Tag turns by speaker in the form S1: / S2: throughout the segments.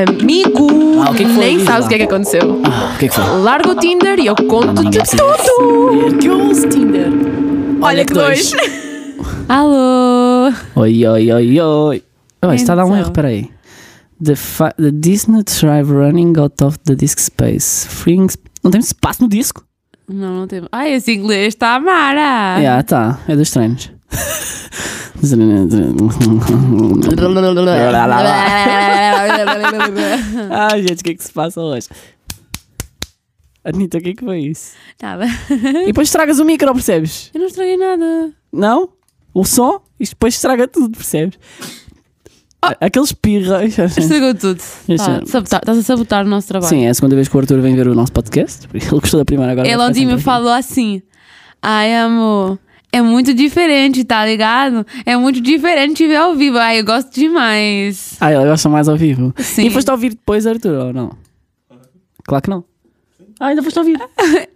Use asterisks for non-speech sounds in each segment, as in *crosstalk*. S1: Amigo,
S2: Ah, o que é que foi,
S1: nem
S2: diz
S1: sabes
S2: lá.
S1: o que é que aconteceu.
S2: Ah, o que é que foi?
S1: Larga o Tinder e eu conto-te
S2: Ninguém precisa
S1: tudo. Que
S3: um
S1: uso Tinder. Olha que dois.
S3: *laughs* Alô!
S2: *laughs* Oi, oi, oi, oi. Oh, está a dar um
S3: Então.
S2: erro, peraí. The, fa- the disk drive running out of the disk space. Freeing sp- Não tem espaço no disco?
S3: Não, não tem. Ai, esse inglês está a mara!
S2: Ah, *laughs* tá. É dos *laughs* treinos. Ai, gente, o que é que se passa hoje? Anitta, o que é que foi isso?
S3: Nada.
S2: E depois estragas o micro, percebes?
S3: Tá *laughs* Eu não estraguei nada.
S2: Não? O som? Isto depois estraga tudo, percebes? Aqueles pirras. *laughs*
S3: Estragou tudo.
S2: Isso
S3: Tá,
S2: é-
S3: sabotar- Estás a sabotar o nosso trabalho.
S2: Sim, é a segunda vez que o Arthur vem ver o nosso podcast. *laughs* Porque ele gostou da primeira agora.
S3: Ela
S2: vai ficar
S3: ontem me
S2: sempre aqui.
S3: falou assim: Ai, amor, é muito diferente, tá ligado? É muito diferente ver ao vivo. Ai, eu gosto demais.
S2: Ah, ela gosta mais ao vivo.
S3: Sim.
S2: E foste ouvir depois, Arthur, ou não? Claro que não. Ah, ainda foste ouvir.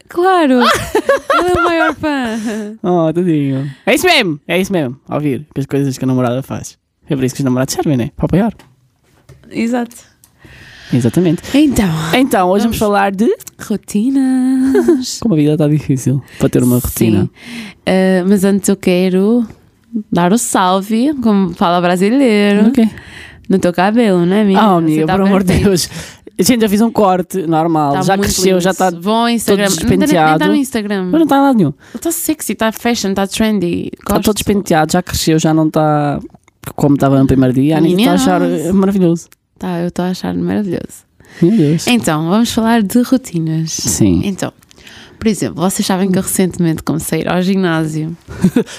S3: Claro! Ela é o maior fã.
S2: Oh, tadinho. É isso mesmo, é isso mesmo. Ouvir que as coisas que a namorada faz. É por isso que os namorados servem, né? Para apoiar.
S3: Exato.
S2: *laughs* Exatamente.
S3: Então,
S2: Então, hoje vamos, falar de
S3: rotinas.
S2: como a vida está difícil para ter uma *laughs* rotina.
S3: Sim. Ah, mas antes eu quero dar o salve, como fala brasileiro,
S2: Ok.
S3: no teu cabelo, né, amiga?
S2: Ah,
S3: Você
S2: amiga,
S3: tá
S2: pelo amor de
S3: perfeita.
S2: Deus. Gente, eu fiz um corte normal.
S3: Tá
S2: já
S3: muito
S2: cresceu,
S3: lindo.
S2: já está. Mas
S3: Vão ao Instagram. Não tá nem- Nem tá
S2: despenteado.
S3: no Instagram.
S2: não está nada nenhum.
S3: Tá sexy, tá fashion, tá trendy.
S2: Está todo
S3: Gosto.
S2: despenteado, já cresceu, já não está como estava no primeiro dia. A Anitta está a achar
S3: Meninas.
S2: eh, maravilhoso.
S3: Tá, eu tô achando maravilhoso.
S2: Meu Deus.
S3: Então, vamos falar de rotinas.
S2: Sim.
S3: Então, por exemplo, vocês sabem que eu recentemente comecei a ir ao ginásio.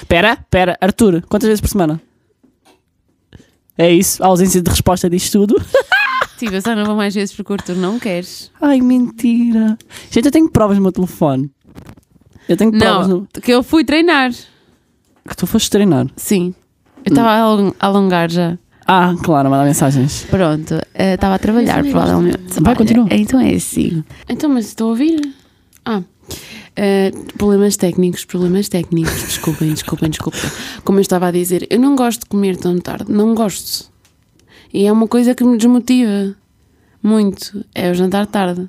S2: Pera, pera, Arthur, quantas vezes por semana? É isso, a ausência de resposta diz tudo.
S3: Tipo, eu só não vou mais vezes porque o Arthur não queres.
S2: *laughs* Ai, mentira. Gente, eu tenho provas no meu telefone. Eu tenho provas
S3: Não,
S2: no...
S3: que eu fui treinar.
S2: que tu foste treinar.
S3: Sim. Eu estava a along- a alongar já.
S2: Ah, claro, mandar mensagens.
S3: Pronto, eh, estava a trabalhar, provavelmente.
S2: Vai,
S3: Olha,
S2: continua.
S3: Então é assim. Então, mas estou a ouvir? Ah. eh, problemas técnicos, problemas técnicos. Desculpem, desculpem, desculpem. Como eu estava a dizer, eu não gosto de comer tão tarde. Não gosto. E é uma coisa que me desmotiva muito. É o jantar tarde.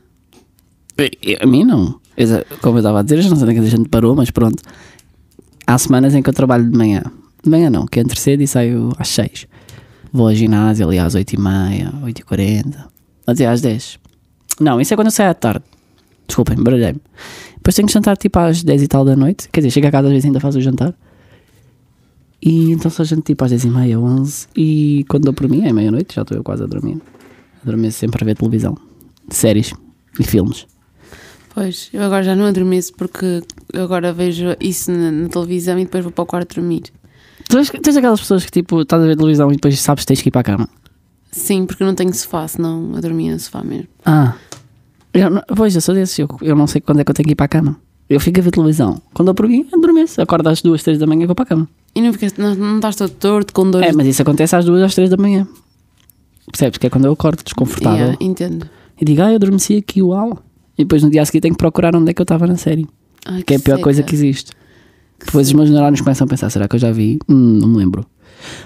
S2: E- e A mim não. Eu já- como eu estava a dizer, eu já não sei onde é que a gente parou, mas pronto. Há semanas em que eu trabalho de manhã. De manhã não, que é entre cedo e saio às 6. Vou ao ginásio ali às 8h30, 8h40, até às 10. Não, isso é quando eu saio à tarde. Desculpem, baralhei-me. Depois tenho que jantar tipo às 10 e tal da noite. Quer dizer, chego a casa às vezes ainda faço o jantar. E então só janto tipo às 10h30, 11 E quando dou por mim é meia-noite, já estou eu quase a dormir. Adormeço sempre a ver televisão, séries e filmes.
S3: Pois, eu agora já não adormeço porque eu agora vejo isso na, na televisão e depois vou para o quarto dormir.
S2: Tu és, tu és aquelas pessoas que tipo, estás a ver televisão e depois sabes que tens que ir para a cama.
S3: Sim, porque eu não tenho sofá, senão eu dormia no sofá mesmo.
S2: Ah. Eu não, pois, eu sou desses. Eu, eu não sei quando é que eu tenho que ir para a cama. Eu fico a ver televisão. Quando eu por mim, adormeço. Acordo às duas, três da manhã e vou para a cama.
S3: E não, ficaste, não, não estás todo torto com dores
S2: É, mas isso acontece às duas, às três da manhã. Percebes? Que é quando eu acordo desconfortável.
S3: Yeah, entendo.
S2: E digo, ah, eu adormeci aqui, uau. E depois no dia a seguir tenho que procurar onde é que eu estava na série.
S3: Ai,
S2: Que é a pior
S3: seca.
S2: coisa que existe. Depois os meus neurónios começam a pensar, será que eu já vi? Hum, não me lembro.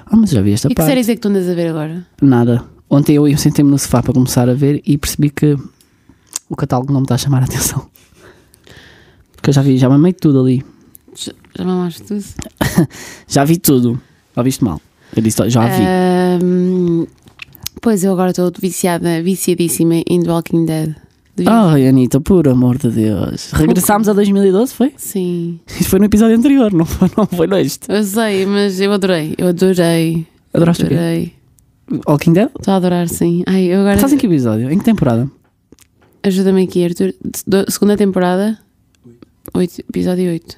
S2: Ah, mas já vi esta
S3: E que
S2: parte.
S3: séries é que tu andas a ver agora?
S2: Nada. Ontem eu, eu sentei-me no sofá para começar a ver e percebi que o catálogo não me está a chamar a atenção. Porque eu já vi, já mamei tudo ali.
S3: Já já mamaste tudo?
S2: Já vi tudo. Já viste mal. Eu disse, "Ó, já vi.
S3: Eh, Ahm, pois eu agora estou viciada, viciadíssima em The Walking Dead. Devias-
S2: Ai, Anitta, por amor de Deus. Regressámos a 2012, foi?
S3: Sim.
S2: Isso foi no episódio anterior, não foi, não foi neste.
S3: Eu sei, mas eu adorei. Eu adorei.
S2: Adoraste o quê?
S3: Adorei.
S2: Walking Dead?
S3: Estou a adorar, sim. Ai, eu agora.
S2: Estás em que episódio? Em que temporada?
S3: Ajuda-me aqui, Arthur. De- do- Segunda temporada? Oito. Episódio 8.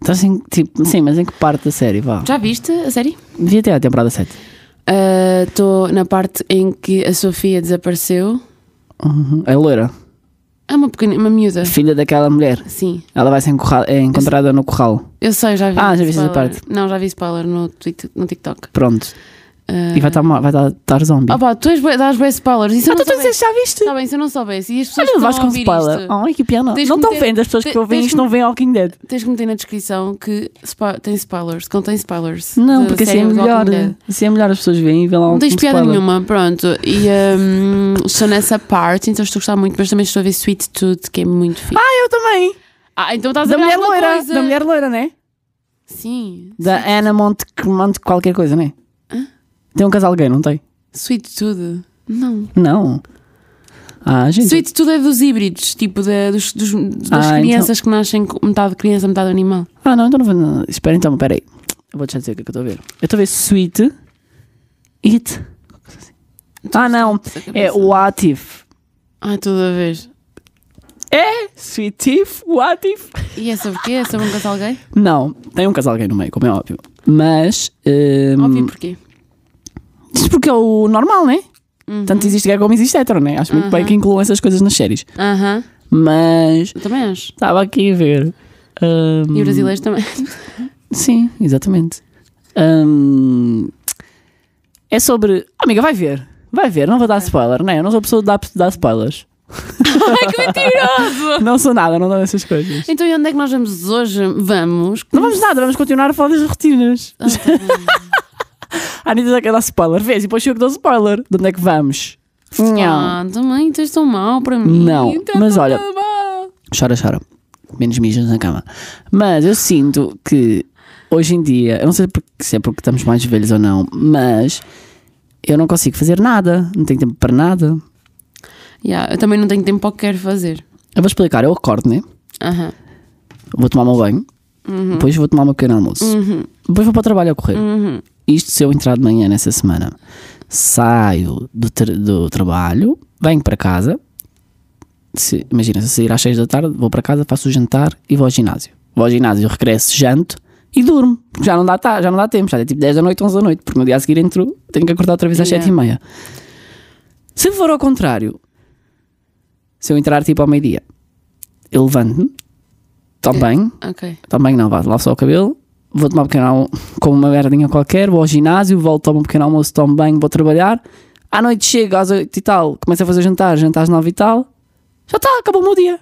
S2: Estás em, tipo, sim, mas em que parte da série, vá?
S3: Já viste a série?
S2: Vi até à temporada 7.
S3: Estou Ah, na parte em que a Sofia desapareceu.
S2: Uhum. É loira.
S3: É uma pequena, uma miúda.
S2: Filha daquela mulher.
S3: Sim.
S2: Ela vai ser encurra- é encontrada no curral.
S3: Eu sei, já vi.
S2: Ah, já viste essa
S3: spoiler. Não, já vi spoiler no, Twitter, no TikTok.
S2: Pronto.
S3: Ah,
S2: E vai estar ma- vai estar- estar zombie.
S3: Ah pá, tu és, bué- dás bué spoilers. E se eu
S2: Ah,
S3: não
S2: tu
S3: soubesse?
S2: dizes, já viste?
S3: Está bem, se eu não soubeste. E as pessoas
S2: Olha,
S3: que
S2: vais
S3: estão a
S2: com
S3: ouvir
S2: spoiler.
S3: isto,
S2: Ai, Oh, que piano.
S3: Tens
S2: Não
S3: que
S2: estão
S3: meter-
S2: vendo as pessoas que
S3: te-
S2: ouvem
S3: tens
S2: isto,
S3: que-
S2: não veem Walking Dead.
S3: tens que meter na descrição que spo- tem spoilers. Que não tem spoilers.
S2: Não,
S3: da
S2: porque assim
S3: série
S2: é
S3: Walking
S2: melhor.
S3: Dead.
S2: Assim é melhor as pessoas veem e vêem lá
S3: Não
S2: um
S3: tens
S2: um
S3: piada
S2: spoiler.
S3: nenhuma, pronto. E hum, estou nessa parte, então estou a gostar muito, mas também estou a ver Sweet Tooth, que é muito fixe.
S2: Ah, eu também.
S3: Ah, então estás
S2: Da
S3: a ver
S2: mulher
S3: alguma
S2: loira.
S3: coisa.
S2: Da mulher loira, né?
S3: Sim.
S2: Da Anna Monte, Monte qualquer coisa, né?
S3: Hã?
S2: Tem um casal gay, não tem?
S3: Sweet Tooth. Não.
S2: Não. Ah, gente.
S3: Sweet Tooth é dos híbridos, tipo da- dos, dos- das
S2: Ah,
S3: crianças que nascem com metade criança, metade animal.
S2: Ah, não, então não vou. não. Espera então, peraí. Eu vou-te já dizer o que é que eu estou a ver. Eu estou a ver Sweet It. Ah, não. É What If.
S3: Ah, toda vez.
S2: É? Sweet If? What If?
S3: E é sobre o quê? É sobre um casal gay?
S2: Não, tem um casal gay no meio, como é óbvio. Mas. hum,
S3: Óbvio porquê.
S2: Diz porque é o normal, né?
S3: Uhum.
S2: Tanto existe gay como existe hétero, né? Acho muito bem que incluam essas coisas nas séries.
S3: Aham.
S2: Mas.
S3: Eu também acho.
S2: Estava aqui a ver. hum,
S3: E brasileiros também. *laughs*
S2: Sim, exatamente. Hum, é sobre. Oh, amiga, vai ver. Vai ver, não vou dar spoiler, né? Eu não sou pessoa de dar, dar spoilers.
S3: Ai, que mentiroso!
S2: Não sou nada, não dou essas coisas.
S3: então e onde é que nós vamos hoje? Vamos.
S2: Não vamos nada, vamos continuar a falar das rotinas.
S3: Ah, tá bem.
S2: *laughs* A Anitta já quer dar spoiler. Vês, e depois eu que dou spoiler. De onde é que vamos? Não.
S3: Ah, também tens tão mal para mim.
S2: Não,
S3: Então,
S2: mas olha-
S3: tá mal.
S2: Chora, chora. Menos mijas na cama. Mas eu sinto que hoje em dia, eu não sei por- se é porque estamos mais velhos ou não, mas eu não consigo fazer nada, não tenho tempo para nada.
S3: Yeah, eu também não tenho tempo para o que quero fazer.
S2: Eu vou explicar, eu acordo, né?
S3: Aham. Uhum.
S2: Vou tomar meu banho,
S3: Hum.
S2: depois vou tomar o meu pequeno almoço, depois vou para o trabalho a correr.
S3: Uhum.
S2: Isto se eu entrar de manhã nessa semana. Saio do, tra- do trabalho, venho para casa. Se, imagina, se eu sair às 6 da tarde, vou para casa, faço o jantar e vou ao ginásio. Vou ao ginásio, regresso, janto e durmo. Porque já não dá, ta- já não dá tempo, já é tipo 10 da noite, 11 da noite, porque no dia a seguir entro, tenho que acordar outra vez às
S3: Yeah.
S2: 7 e meia. Se for ao contrário, se eu entrar tipo ao meio-dia, eu levanto-me, tomo banho,
S3: Ok.
S2: também não, vá, lavo só o cabelo, vou tomar um pequeno almoço, como uma merdinha qualquer, vou ao ginásio, volto, tomo um pequeno almoço, tomo banho, vou trabalhar. À noite chego às 8 e tal, começo a fazer jantar, jantar às 9 e tal, já está, acabou o meu dia.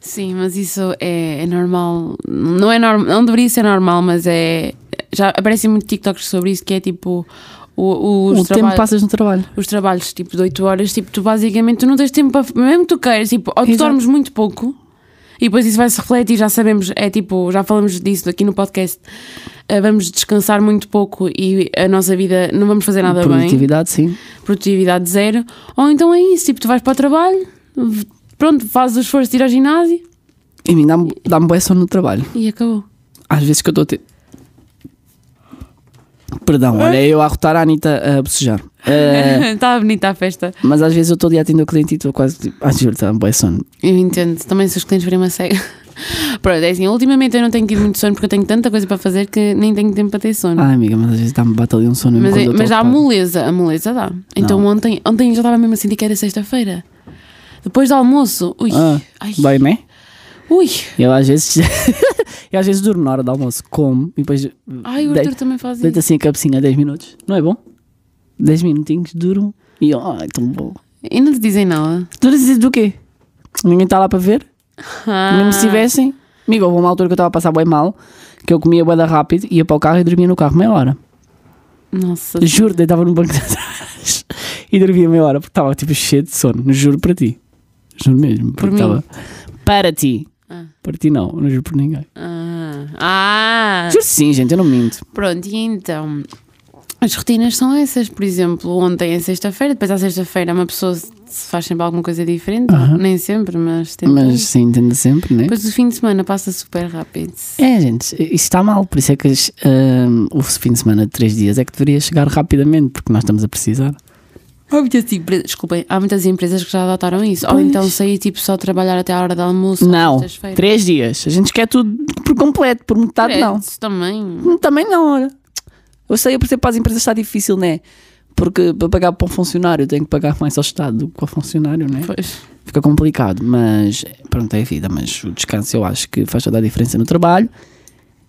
S3: Sim, mas isso é, é normal. Não é normal, não deveria ser normal, mas é. Já aparecem muito TikToks sobre isso, que é tipo. o- os
S2: o tempo
S3: traba-
S2: passas no trabalho.
S3: Os trabalhos tipo de 8 horas, tipo, tu basicamente tu não tens tempo para. Mesmo que tu queiras, tipo, ou tu
S2: Exato.
S3: dormes muito pouco e depois isso vai se refletir, já sabemos, é tipo, já falamos disso aqui no podcast. eh, vamos descansar muito pouco e a nossa vida não vamos fazer nada bem.
S2: Produtividade, sim.
S3: produtividade zero, ou então é isso, tipo, tu vais para o trabalho, v- pronto, fazes o esforço de ir ao ginásio
S2: E mim dá-me dá boa sono no trabalho.
S3: e acabou.
S2: Às vezes que eu estou a ter. Perdão, olha, eu a rotar a Anitta a bocejar.
S3: *laughs*
S2: Eh,
S3: Está Tá bonita a festa.
S2: mas às vezes eu estou ali a atender o cliente e estou quase tipo, ah, juro, está-me boa sono.
S3: Eu entendo, também se os clientes virem uma cega. *laughs* Pronto, é assim, ultimamente eu não tenho tido muito sono porque eu tenho tanta coisa para fazer que nem tenho tempo para ter sono.
S2: Ah, amiga, mas às vezes dá-me bate ali um sono mesmo
S3: Hum. mas é-
S2: quando eu
S3: mas
S2: estou
S3: dá a
S2: ocupada.
S3: moleza, a moleza dá. Então
S2: Não.
S3: ontem, ontem já estava mesmo a sentir que era sexta-feira. Depois do almoço, ui,
S2: Ah,
S3: ai,
S2: Bem, né?
S3: ui,
S2: Eu às vezes *laughs* eu às vezes durmo na hora do almoço, como e depois
S3: ai, o
S2: Deita-
S3: Arthur também faz
S2: deito
S3: isso.
S2: assim a cabecinha 10 minutos. Não é bom? 10 minutinhos, durmo e eu, ai, tão bom.
S3: E não te dizem nada.
S2: Tu dizes do quê? Ninguém está lá para ver?
S3: Ah.
S2: Mesmo se tivessem? Amigo, houve uma altura que eu estava a passar bem mal, que eu comia boeda rápido, ia para o carro e dormia no carro meia hora.
S3: Nossa,
S2: Juro, deitava no banco de trás *laughs* e dormia meia hora, porque estava tipo cheio de sono. Juro para ti. Juro mesmo.
S3: Por
S2: porque
S3: mim?
S2: estava- Para ti.
S3: Ah.
S2: Para ti não, não juro por ninguém.
S3: Ah, ah.
S2: Juro sim, gente, eu não minto.
S3: pronto, e então as rotinas são essas, por exemplo, ontem é sexta-feira, depois à sexta-feira uma pessoa se faz sempre alguma coisa diferente,
S2: Aham.
S3: nem sempre, mas tenta.
S2: Mas sim, entendo sempre, né?
S3: Depois o fim de semana passa super rápido.
S2: É, gente, isso está mal. Por isso é que hum, o fim de semana de 3 dias é que deveria chegar rapidamente, porque nós estamos a precisar.
S3: Há muitas empresas, desculpem, há muitas empresas que já adotaram isso, ou
S2: Pois.
S3: então sair tipo só trabalhar até à hora do almoço.
S2: não,
S3: sextas-feiras.
S2: 3 dias. A gente quer tudo por completo, por metade, não.
S3: Credo, também.
S2: Hum, Também não, olha. Eu sei, eu percebo para as empresas está difícil, né? Porque para pagar para um funcionário tenho que pagar mais ao Estado do que para o funcionário, né?
S3: Pois.
S2: Fica complicado, mas pronto, é a vida. Mas o descanso eu acho que faz toda a diferença no trabalho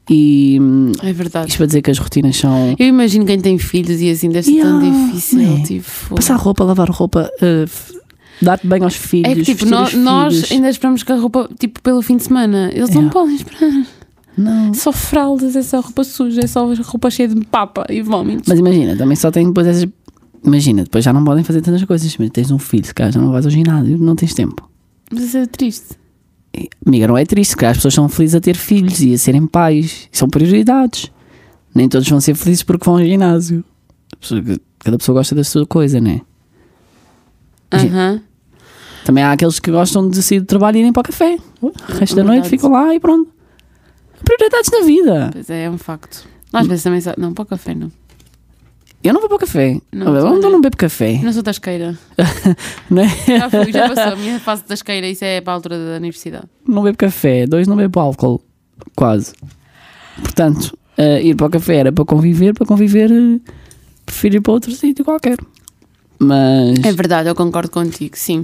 S2: E hum,
S3: É verdade.
S2: isto para dizer que as rotinas são.
S3: Eu imagino quem tem filhos e assim deve ser tão
S2: Yeah,
S3: difícil.
S2: né?
S3: Tipo,
S2: Passar roupa, lavar roupa, eh, f- dar bem aos filhos.
S3: é que tipo,
S2: vestir
S3: nó-
S2: os
S3: nós
S2: filhos.
S3: ainda esperamos que a roupa, tipo, pelo fim de semana, eles não
S2: Yeah.
S3: podem esperar.
S2: Não.
S3: Só fraldas, é só roupa suja, é só roupa cheia de papa e vómitos.
S2: Mas imagina, também só tem depois essas. Imagina, depois já não podem fazer tantas coisas. Mas tens um filho, se calhar já não vais ao ginásio, não tens tempo.
S3: Mas isso é triste.
S2: E, Amiga, não é triste, se calhar as pessoas são felizes a ter filhos e a serem pais. São prioridades. Nem todos vão ser felizes porque vão ao ginásio. A pessoa- Cada pessoa gosta da sua coisa, né? Sim.
S3: Aham.
S2: Também há aqueles que gostam de sair do trabalho e irem para o café. O resto da
S3: Verdade.
S2: noite ficam lá e pronto. Prioridades na vida.
S3: Pois é, é um facto. Às vezes também só. Não, para o café não.
S2: Eu não vou para o café.
S3: Não,
S2: eu
S3: também
S2: não,
S3: não.
S2: não bebo café.
S3: Não sou tasqueira.
S2: Não, é?
S3: Já fui, já passou. A minha fase de tasqueira, isso é para a altura da universidade.
S2: não bebo café. Dois, não bebo álcool. Quase. Portanto, eh, ir para o café era para conviver. Para conviver, eh, prefiro ir para outro sítio qualquer. Mas.
S3: É verdade, eu concordo contigo, sim.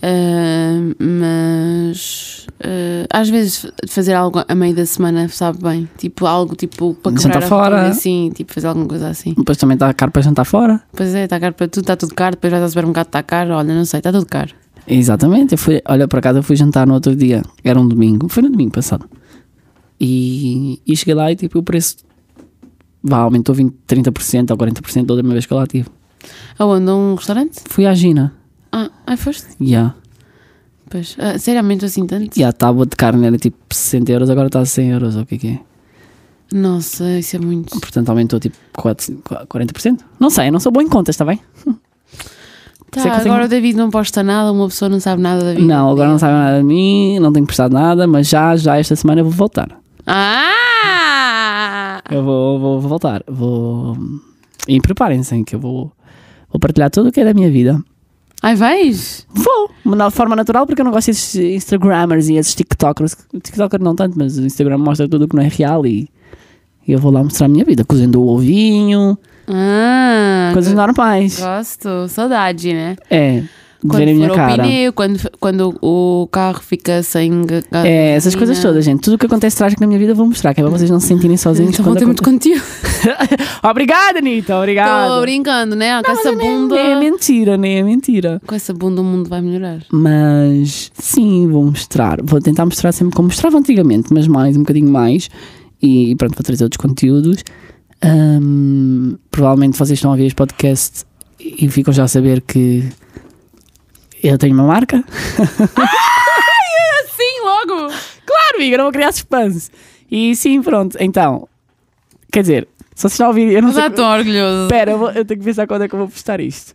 S3: Ah, mas ah, às vezes fazer algo a meio da semana sabe bem, tipo algo tipo para
S2: Jantar
S3: quebrar a
S2: fora.
S3: rotina, assim, tipo fazer alguma coisa assim.
S2: Depois também está caro para jantar fora.
S3: Pois é, está caro para tudo, está tudo caro, depois vais ao supermercado, está caro, olha, não sei, está tudo caro.
S2: Exatamente, eu fui, olha, por acaso eu fui jantar no outro dia, era um domingo, foi no domingo passado. E, e cheguei lá e tipo, o preço vá, aumentou 20, 30% ou 40% da última vez que eu lá tive.
S3: Aonde? A um restaurante?
S2: Fui à Gina,
S3: Ah, ai, foste?
S2: e a-
S3: Pois. Ah, sério, aumentou assim tanto?
S2: e a tábua de carne era tipo 60 euros, agora está a 100 euros, ou o que é que é?
S3: Nossa, isso é muito.
S2: Portanto, aumentou tipo 4, 40%? Não sei, eu não sou bom em contas, está bem?
S3: Tá,
S2: Sei é que eu
S3: agora
S2: tenho-
S3: o David não posta nada, uma pessoa não sabe nada da vida.
S2: Não, agora não sabe nada de mim, não tenho prestado nada, mas já, já esta semana eu vou voltar.
S3: Ah!
S2: Eu vou, vou, vou voltar. Vou. E preparem-se que eu vou, vou partilhar tudo o que é da minha vida.
S3: Ai, vais?
S2: Vou, de forma natural, porque eu não gosto desses Instagrammers e esses TikTokers. TikToker não tanto, mas o Instagram mostra tudo o que não é real e e eu vou lá mostrar a minha vida, cozendo o ovinho,
S3: Ah!
S2: coisas normais.
S3: Gosto, saudade, né?
S2: É, de verem a minha
S3: for ao
S2: cara.
S3: pneu, quando, quando o carro fica sem ga- ga-
S2: É, essas coisas
S3: gasolina.
S2: todas, gente. Tudo o que acontece trágico na minha vida eu vou mostrar, que é para vocês não se sentirem sozinhos.
S3: Então vou
S2: quando
S3: ter muito
S2: aconte-
S3: conteúdo.
S2: *laughs* Obrigada, Anitta,
S3: Estou
S2: obrigada.
S3: brincando, né? Com
S2: Mas
S3: essa
S2: é nem-
S3: bunda.
S2: nem é mentira, nem é mentira.
S3: Com essa bunda o mundo vai melhorar.
S2: Mas sim, vou mostrar. Vou tentar mostrar sempre como mostrava antigamente, mas mais, um bocadinho mais. E pronto, vou trazer outros conteúdos. Ahm, provavelmente vocês estão a ouvir este podcast e ficam já a saber que eu tenho uma marca.
S3: Sim, logo!
S2: Claro, amiga, não vou criar suspense. E sim, pronto, então. Quer dizer, se vocês estão a ouvir, eu não
S3: Mas é-
S2: sei.
S3: já tão orgulhoso.
S2: Espera, eu, vou- eu tenho que pensar quando é que eu vou postar isto.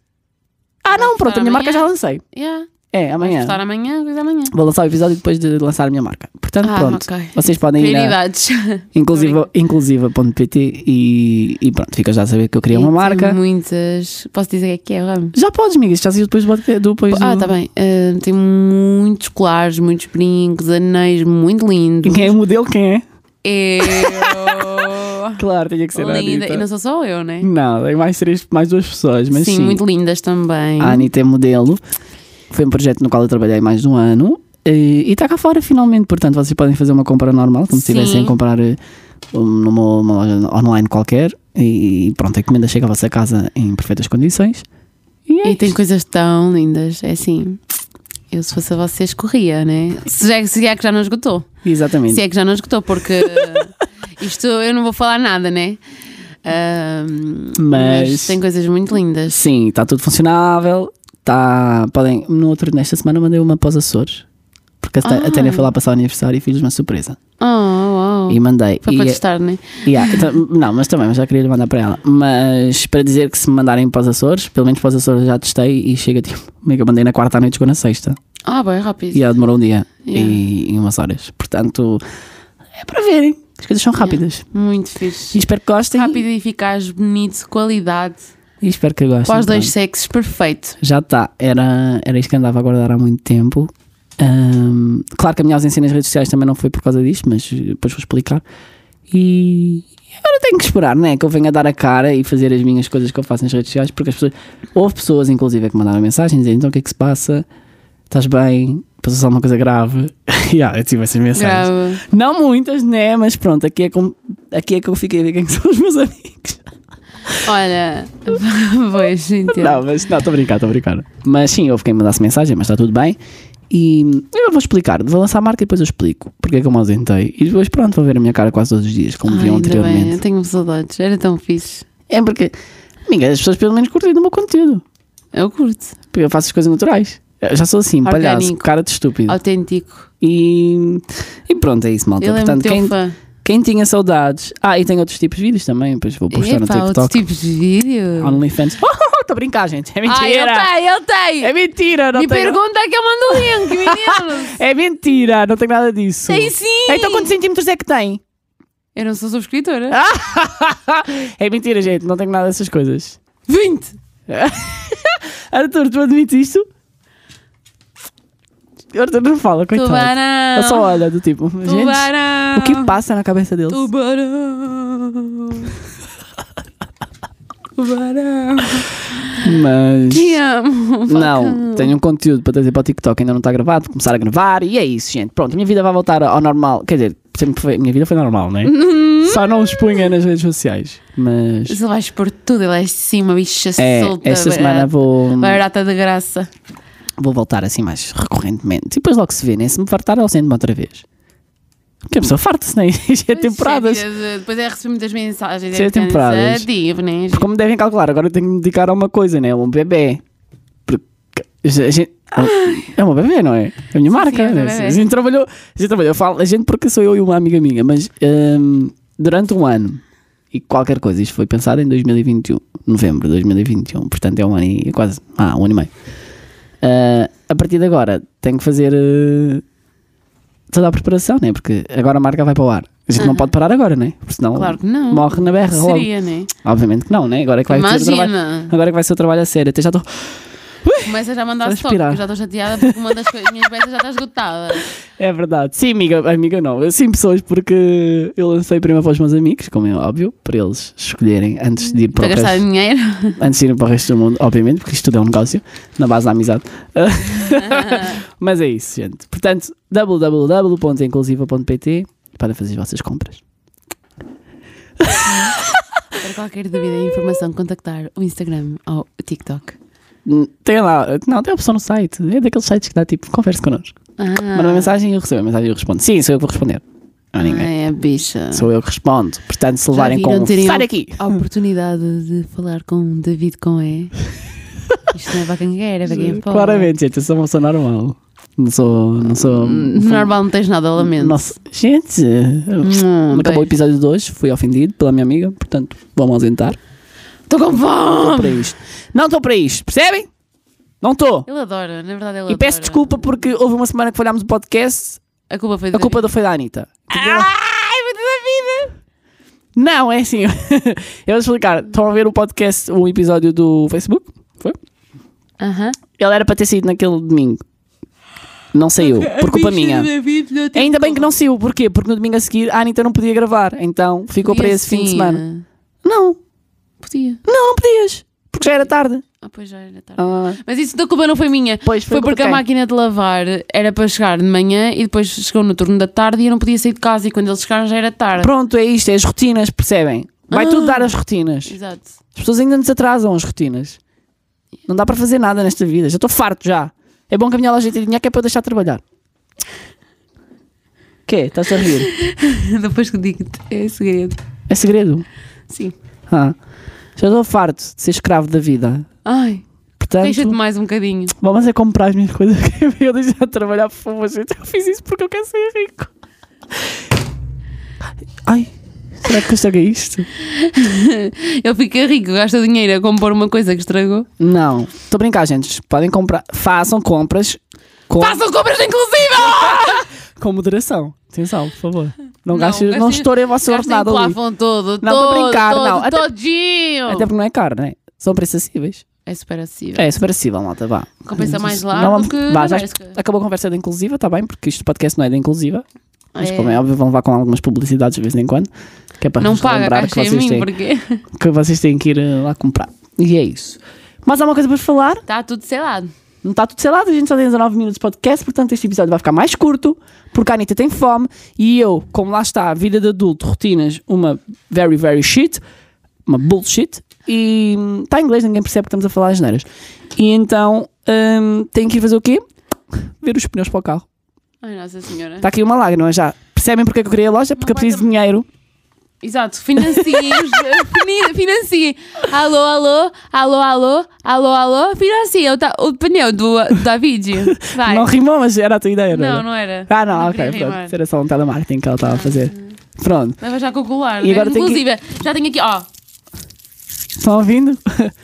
S2: Ah, não, pronto, a minha
S3: amanhã?
S2: marca já lancei.
S3: Yeah.
S2: É,
S3: Vais
S2: amanhã.
S3: postar amanhã, coisa amanhã.
S2: Vou lançar o episódio depois de lançar a minha marca. Portanto,
S3: Ah,
S2: pronto.
S3: ok.
S2: Vocês podem ir a
S3: Prioridades.
S2: inclusiva- inclusiva.pt e, e pronto, fica já a saber que
S3: *laughs*
S2: eu criei é uma
S3: Tem
S2: marca.
S3: Muitas. Posso dizer o que é que é, Ramos?
S2: Já podes, amigas, já saiu depois do podcast. Depois
S3: Ah,
S2: do...
S3: tá bem. Ah, tem muitos colares, muitos brincos, anéis, muito
S2: *laughs*
S3: lindo.
S2: Quem é o modelo? Quem é?
S3: Eu.
S2: Claro, tinha que ser a
S3: linda.
S2: Anitta.
S3: E não sou só eu, né?
S2: Não, tem mais, três, mais duas pessoas, mas sim.
S3: sim, muito lindas também.
S2: A Anitta é modelo. Foi um projeto no qual eu trabalhei mais de um ano. Eh, E está cá fora finalmente, portanto vocês podem fazer uma compra normal, como se
S3: Sim.
S2: estivessem a comprar eh, um- numa uma loja online qualquer. E pronto, a encomenda chega à vossa casa em perfeitas condições. E é
S3: E tem
S2: isto.
S3: coisas tão lindas. É assim. Eu, se fosse a vocês, corria, né? Se, já, se é que já não esgotou.
S2: Exatamente.
S3: Se é que já não esgotou, porque
S2: *laughs*
S3: isto eu não vou falar nada, né? Ah,
S2: Mas-
S3: tem coisas muito lindas.
S2: Sim, está tudo funcionável. Tá, podem, no outro, nesta semana mandei uma para os Açores. Porque a Te- a Tânia foi lá passar o aniversário e fiz uma surpresa.
S3: Oh, Ah. oh, oh.
S2: E mandei.
S3: Foi
S2: e, é-
S3: para testar, né?
S2: Yeah, então, não, mas também, mas já queria lhe mandar para ela. Mas para dizer que se me mandarem para os Açores, pelo menos para os Açores já testei e chega tipo, *laughs* meio que eu mandei na quarta à noite, chegou na sexta.
S3: Ah, bem, rápido.
S2: E ela demorou um dia
S3: Yeah.
S2: e, e umas horas. Portanto, é para verem. As coisas são rápidas.
S3: Muito
S2: E é
S3: fixe.
S2: espero que gostem.
S3: Rápido e eficaz, bonito, qualidade.
S2: E espero que gostem.
S3: Para os dois
S2: Pronto.
S3: sexos, perfeito.
S2: Já está. Era, era isto que andava a guardar há muito tempo. Ahm, claro que a minha ausência nas redes sociais também não foi por causa disto, mas depois vou explicar. E agora tenho que esperar, né? Que eu venha dar a cara e fazer as minhas coisas que eu faço nas redes sociais, porque as pessoas. Houve pessoas, inclusive, que mandaram mensagens dizendo: então o que é que se passa? Estás bem? passou-se alguma coisa grave. *laughs* yeah, eu tive essas mensagens.
S3: Grave.
S2: Não muitas, né? Mas pronto, aqui é, com- aqui é que eu fiquei a ver quem são os meus *laughs* amigos.
S3: Olha, *laughs* pois, entendo.
S2: Não, mas não, estou a brincar, estou a brincar. Mas sim, houve quem mandasse mensagem, mas está tudo bem. E eu vou explicar, vou lançar a marca e depois eu explico porque é que eu me ausentei. E depois, pronto, vão ver a minha cara quase todos os dias, como
S3: Ai,
S2: viam
S3: ainda
S2: anteriormente.
S3: Bem, eu tenho saudades, era tão fixe.
S2: É porque, amiga, as pessoas pelo menos curtiram o meu conteúdo.
S3: Eu curto,
S2: Porque eu faço as coisas naturais. Eu já sou assim, palhaço,
S3: Orgânico.
S2: cara de estúpido.
S3: autêntico.
S2: E, e pronto, é isso, malta.
S3: Ele é
S2: Portanto,
S3: muito
S2: quem,
S3: fã.
S2: quem tinha saudades. Ah, e tem outros tipos de vídeos também, depois vou postar no
S3: Epá, outros
S2: TikTok. Ah,
S3: tipos de vídeo.
S2: *laughs* OnlyFans. Estou a brincar, gente.
S3: Ah,
S2: É
S3: ele
S2: mentira.
S3: tem, ele tem.
S2: é mentira, não
S3: Me
S2: tem.
S3: pergunta que eu mando o link,
S2: *laughs*
S3: meninos.
S2: É mentira, não tem nada disso.
S3: Tem sim.
S2: Então Ah? quantos centímetros é que tem? *laughs*
S3: Eu não sou subscritora.
S2: é mentira, gente, não tenho nada dessas coisas.
S3: 20.
S2: Arthur, tu admites isto? Arthur não fala, coitado.
S3: Tubarão.
S2: Ele só olha do tipo, gente,
S3: Tubarão.
S2: o que passa na cabeça deles?
S3: Tubarão. Tubarão.
S2: Mas...
S3: *laughs* Te amo.
S2: Não, tenho um conteúdo para trazer para o TikTok, ainda não está gravado, vou começar a gravar e é isso, gente. Pronto, a minha vida vai voltar ao normal. Quer dizer, sempre foi, a minha vida foi normal, não é?
S3: Uhum.
S2: Só não expunha nas redes sociais. Mas
S3: Você vais pôr tudo, ele é assim, uma bicha
S2: é,
S3: solta.
S2: esta
S3: barata.
S2: semana vou,
S3: Barata de graça.
S2: vou voltar assim mais recorrentemente. E depois logo se vê, né? Se me fartar, eu sento-me outra vez. Porque a pessoa farta-se, né? *laughs* Isto é temporadas.
S3: Pois é, vida, Depois é receber muitas mensagens.
S2: Isso é temporadas.
S3: cansativo, né?
S2: Porque como devem calcular, agora eu tenho que me dedicar a uma coisa, né? A um bebê. Porque a gente- é uma bebê, não é? É a minha
S3: Sim,
S2: marca.
S3: sim, é uma
S2: né?
S3: bebê.
S2: a gente trabalhou. A gente trabalhou. Eu falo a gente porque sou eu e uma amiga minha, mas hum, durante um ano e qualquer coisa, isto foi pensado em 2021, novembro de 2021, portanto é um ano e quase. Ah, um ano e meio. Ah, a partir de agora tenho que fazer eh, toda a preparação, né? Porque agora a marca vai para o ar. A gente não
S3: Aham.
S2: pode parar agora, né? Porque senão
S3: Claro que não.
S2: morre na berra logo.
S3: Seria, né?
S2: Obviamente que não, né? Agora é que vai ser o trabalho.
S3: Imagina.
S2: Agora é que vai ser o trabalho a sério. Até já estou.
S3: Começa já a mandar
S2: Vou
S3: stop, porque
S2: respirar.
S3: eu já estou chateada porque uma das coisas- minhas peças já está esgotada.
S2: É verdade. Sim, amiga, amiga não. Sim, pessoas, porque eu lancei primeiro para os meus amigos, como é óbvio, para eles escolherem antes de ir para,
S3: Para
S2: o
S3: gastar
S2: resto,
S3: dinheiro.
S2: antes de ir para o resto do mundo, obviamente, porque isto tudo é um negócio, na base
S3: *laughs*
S2: da amizade. Mas é isso, gente. Portanto, www.inclusiva.pt para fazer as vossas compras.
S3: Para qualquer dúvida e informação, contactar o Instagram ou o TikTok.
S2: Hum, Tem lá, não, tem a opção no site. É daqueles sites que dá tipo, converse connosco.
S3: Ah,
S2: Manda uma é mensagem e eu recebo a mensagem e eu respondo. Sim, sou eu que vou responder. Não há ninguém.
S3: ah, é bicha.
S2: Sou eu que respondo. Portanto, se
S3: Já
S2: levarem
S3: viram
S2: com. um
S3: terem um
S2: Sai
S3: a-
S2: daqui!
S3: A oportunidade de falar com o David com
S2: *laughs*
S3: E. Isto não é para quem quer, é para quem pode.
S2: Hum, Claramente, gente, eu sou uma pessoa normal. Não sou. Não sou. um
S3: Hum, Normal não tens nada, lamento.
S2: Nossa, gente!
S3: Hum,
S2: acabou o
S3: bem.
S2: episódio de hoje, fui ofendido pela minha amiga, portanto, vou-me ausentar.
S3: Estou com
S2: Estou para
S3: fome!
S2: isto. Não estou para isto, percebem? Não estou.
S3: Ele adora, na verdade ele
S2: E peço
S3: adora.
S2: desculpa porque houve uma semana que falhámos o podcast,
S3: A culpa foi do
S2: a culpa
S3: David.
S2: da foi da Anitta.
S3: é Ai, muito da vida!
S2: Não, é assim. *laughs* eu vou explicar. Estão a ver o podcast, o episódio do Facebook? Foi?
S3: Aham.
S2: Ele era para ter saído naquele domingo. Não saiu, por culpa minha. Ainda bem que não saiu, porquê? Porque no domingo a seguir a Anitta não podia gravar, então ficou para esse fim de semana. Não,
S3: Podia.
S2: não, não podias, porque já era tarde.
S3: Ah, pois já era tarde.
S2: Ah,
S3: Mas isso da culpa não foi minha.
S2: pois
S3: Foi porque a máquina de lavar era para chegar de manhã e depois chegou no turno da tarde e eu não podia sair de casa e quando eles chegaram já era tarde.
S2: Pronto, é isto, é as rotinas, percebem? Vai
S3: Ah.
S2: tudo dar as rotinas.
S3: Exato.
S2: As pessoas ainda nos atrasam as rotinas. Não dá para fazer nada nesta vida, já estou farto já. É bom que a minha loja tenha dinheiro que é para eu deixar de trabalhar. O quê? Estás a rir?
S3: *laughs* depois que digo-te, é segredo.
S2: É segredo?
S3: Sim.
S2: Ah, já estou farto de ser escravo da vida.
S3: Ai, deixa-te
S2: Portanto,
S3: mais um bocadinho.
S2: vamos é comprar as minhas coisas que é para eu deixar de trabalhar, por favor, gente. Eu fiz isso porque eu quero ser rico. Ai, será que eu estraguei isto?
S3: Ele fica rico, gasta dinheiro a compor uma coisa que estragou.
S2: Não, estou a brincar, gente. Podem comprar, façam compras com,
S3: Façam compras *laughs* inclusive!
S2: com moderação. Atenção, por favor. Não,
S3: Não,
S2: gastem, não
S3: gastem-
S2: estourem o vosso
S3: Gastem
S2: ordenado
S3: o
S2: ali.
S3: plafond todo,
S2: Não,
S3: todo,
S2: tô a brincar,
S3: todo,
S2: não. Até-
S3: todinho.
S2: Até porque não é caro, né? São preços acessíveis.
S3: É super acessível.
S2: É, super acessível, malta, vá.
S3: Compensa mais lá
S2: Não,
S3: do que
S2: vá,
S3: na
S2: já
S3: Bershka.
S2: Acabou a conversa da inclusiva, está bem, porque isto podcast não é da inclusiva. Mas
S3: É.
S2: como é óbvio, vão levar com algumas publicidades de vez em quando. Que é para
S3: Não
S2: vos
S3: paga,
S2: lembrar que
S3: gasta em
S2: vocês,
S3: mim,
S2: têm,
S3: porque *laughs*
S2: que vocês têm que ir eh, lá comprar. E é isso. Mais alguma coisa para falar?
S3: está tá tudo selado.
S2: Não está tudo selado, a gente só tem 19 minutos de podcast, portanto este episódio vai ficar mais curto, porque a Anitta tem fome e eu, como lá está, vida de adulto, rotinas, uma very, very shit, uma bullshit, e hum, está em inglês, ninguém percebe que estamos a falar as neiras. E então hum, tenho que ir fazer o quê? Ver os pneus para o carro.
S3: Ai, Nossa Senhora.
S2: Está aqui uma lágrima já. Percebem porque é que eu criei a loja? Porque eu
S3: vai
S2: preciso de dinheiro.
S3: Exato,
S2: *laughs*
S3: financiem. fini- financiem. Alô, alô, alô, alô, alô, alô, financiem o, ta- o pneu do
S2: *laughs*
S3: David. Vai.
S2: Não rimou, mas era a tua ideia, não era?
S3: não, não era.
S2: Ah, não,
S3: queria
S2: ok,
S3: rimar.
S2: pronto. Era só um telemarketing que ela estava a fazer. Pronto,
S3: Leva já com o colar. né?
S2: E agora tem que-
S3: Inclusive, já tenho aqui, ó.
S2: estão Tá ouvindo?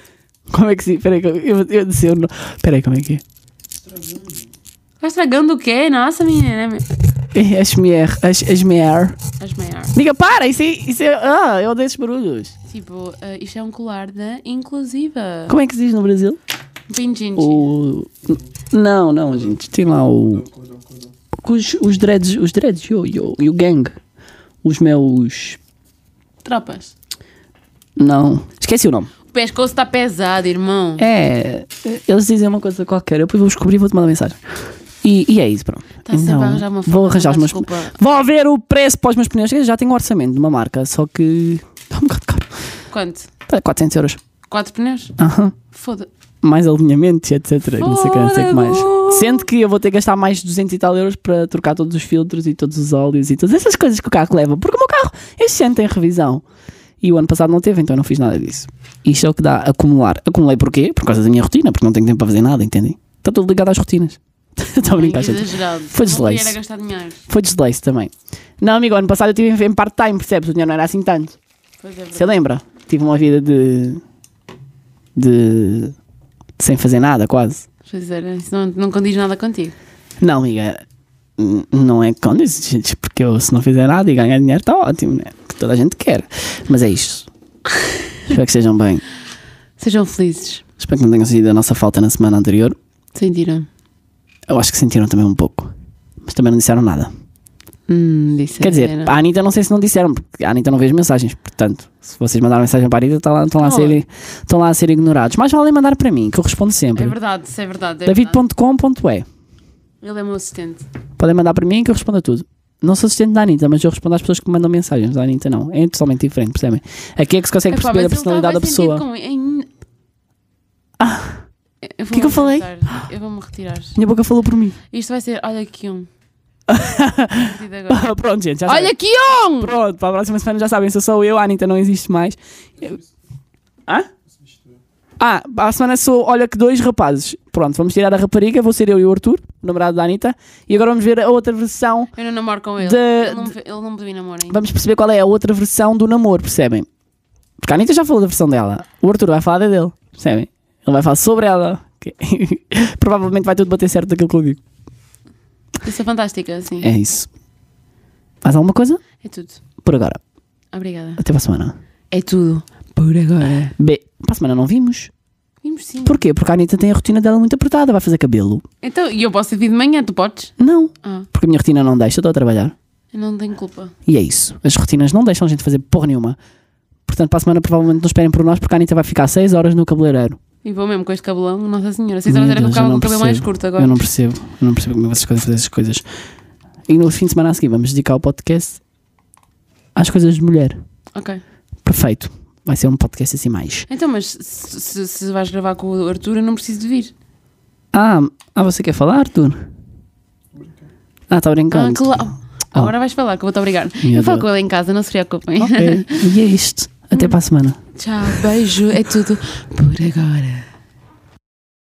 S2: *laughs* Como é que se. Peraí, que eu, eu, eu disse. Eu não... Peraí, como é que
S3: Vai Tá estragando o quê? Nossa, menina. né?
S2: é? *laughs* Asmer, Asmer.
S3: As maior.
S2: Diga, para, isso é. Isso é ah, eu odeio esses barulhos.
S3: Tipo, eh, isto é um colar da Inclusiva.
S2: Como é que se diz no Brasil?
S3: Pingente.
S2: O. Não, não, gente. Tem lá o. Os, os dreads, os dreads, yo, yo, e o gang. Os meus.
S3: Tropas.
S2: Não, esqueci o nome.
S3: O pescoço está pesado, irmão.
S2: É, eles dizem uma coisa qualquer, eu depois vou descobrir e vou-te mandar mensagem. E, e é isso, pronto.
S3: Tá sempre a arranjar uma
S2: vou
S3: forma,
S2: arranjar os
S3: pá,
S2: meus
S3: desculpa.
S2: Vou ver o preço para os meus pneus. Eu já tenho um orçamento de uma marca, só que está um bocado caro.
S3: Quanto?
S2: Tá 400 euros.
S3: Quatro pneus?
S2: Aham.
S3: Foda-se.
S2: Mais alinhamentos, etc. Não sei o que, não sei o que mais.
S3: Fogo!
S2: Sendo que eu vou ter que gastar mais de 200 e tal euros para trocar todos os filtros e todos os óleos e todas essas coisas que o carro leva. Porque o meu carro este ano tem revisão. E o ano passado não teve, então eu não fiz nada disso. Isto é o que dá a acumular. Acumulei porquê? Por causa da minha rotina, porque não tenho tempo para fazer nada, entendem? Está tudo ligado às rotinas. *laughs* Estou Tá a brincar, gente.
S3: Exagerado.
S2: Foi
S3: Não
S2: desleixo.
S3: queria era gastar dinheiro.
S2: Foi desleixo também. Não, amigo, ano passado eu estive em part-time, percebes? O dinheiro não era assim tanto.
S3: Pois é,
S2: Você lembra? Tive uma vida de. de. de sem fazer nada, quase.
S3: Pois era, isso não, não condiz nada contigo.
S2: Não, amiga, n- não é quando isso, gente, porque eu, se não fizer nada e ganhar dinheiro está ótimo, né? Que toda a gente quer. Mas
S3: *laughs*
S2: é isto. Espero que estejam bem.
S3: Sejam felizes.
S2: Espero que não tenham sentido a nossa falta na semana anterior.
S3: Sentiram?
S2: Eu acho que sentiram também um pouco. Mas também não disseram nada.
S3: Hum, disse.
S2: Quer dizer, a Anitta não sei se não disseram, porque a Anitta não vê as mensagens. Portanto, se vocês mandaram mensagem para a Anitta, estão lá, estão lá, a,
S3: Oh.
S2: ser, estão lá a ser ignorados. Mas valem mandar para mim, que eu respondo
S3: É
S2: sempre.
S3: verdade, isso é verdade. é verdade.
S2: David.com.é
S3: Ele é meu assistente.
S2: Podem mandar para mim que eu respondo a tudo. Não sou assistente da Anitta, mas eu respondo às pessoas que me mandam mensagens. A Anitta não. É totalmente diferente, percebem? Aqui é que se consegue
S3: Epá,
S2: perceber
S3: mas
S2: a
S3: ele tá
S2: personalidade da
S3: estava sentido
S2: pessoa. Ah,
S3: Com... em- Eu
S2: que que eu falei?
S3: Eu vou-me retirar.
S2: Minha boca falou por mim. *laughs*
S3: Isto vai ser, olha aqui um. A partir de agora.
S2: Ah, Pronto, gente. Já
S3: Olha
S2: sabem.
S3: aqui um!
S2: Pronto, para a próxima semana já sabem. Sou só eu, a Anitta não existe mais. Eu- Hã? Ah, para a semana sou, olha que dois rapazes. Pronto, vamos tirar a rapariga, vou ser eu e o Arthur, o namorado da Anitta. E agora vamos ver a outra versão
S3: Eu não namoro com ele.
S2: De-
S3: Ele não me- ele não me deu namoro ainda.
S2: vamos perceber qual é a outra versão do namoro, percebem? Porque a Anitta já falou da versão dela. O Arthur vai falar da dele, percebem? Ele vai falar sobre ela. que- *laughs* Provavelmente vai tudo bater certo daquilo que eu digo.
S3: Isso é fantástico, assim.
S2: É isso. Mais alguma coisa?
S3: É tudo.
S2: Por agora.
S3: Obrigada.
S2: Até para a semana.
S3: É tudo. Por agora.
S2: B. Para a semana não vimos.
S3: Vimos sim.
S2: Porquê? Porque a Anitta tem a rotina dela muito apertada. Vai fazer cabelo.
S3: Então, e eu posso vir de manhã, tu podes?
S2: Não.
S3: Ah,
S2: Porque a minha rotina não deixa. Estou a trabalhar.
S3: eu não tenho culpa.
S2: E é isso. As rotinas não deixam a gente fazer porra nenhuma. Portanto, para a semana provavelmente não esperem por nós porque a Anitta vai ficar 6 horas no cabeleireiro.
S3: E vou mesmo com este cabelão, Nossa Senhora. Vocês horas
S2: Meu
S3: era com o
S2: Deus, eu
S3: cabelo com
S2: não
S3: o cabelo mais
S2: percebo.
S3: curto agora.
S2: Eu não percebo. Eu não percebo como é que vocês podem fazer essas coisas. E no fim de semana a seguir vamos dedicar o podcast às coisas de mulher.
S3: Ok.
S2: Perfeito. Vai ser um podcast assim mais.
S3: Então, mas se, se- se vais gravar com o Arthur, eu não preciso de vir.
S2: Ah, ah você quer falar, Arthur? Ah, está
S3: Ah,
S2: brincando.
S3: claro.
S2: Ah.
S3: Agora vais falar, que eu vou-te obrigar.
S2: Meu
S3: eu falo Hum.
S2: Deus.
S3: com ele em casa, não se *laughs* preocupem.
S2: Ok. E é isto. Até para a semana.
S3: Tchau, beijo, é tudo por agora.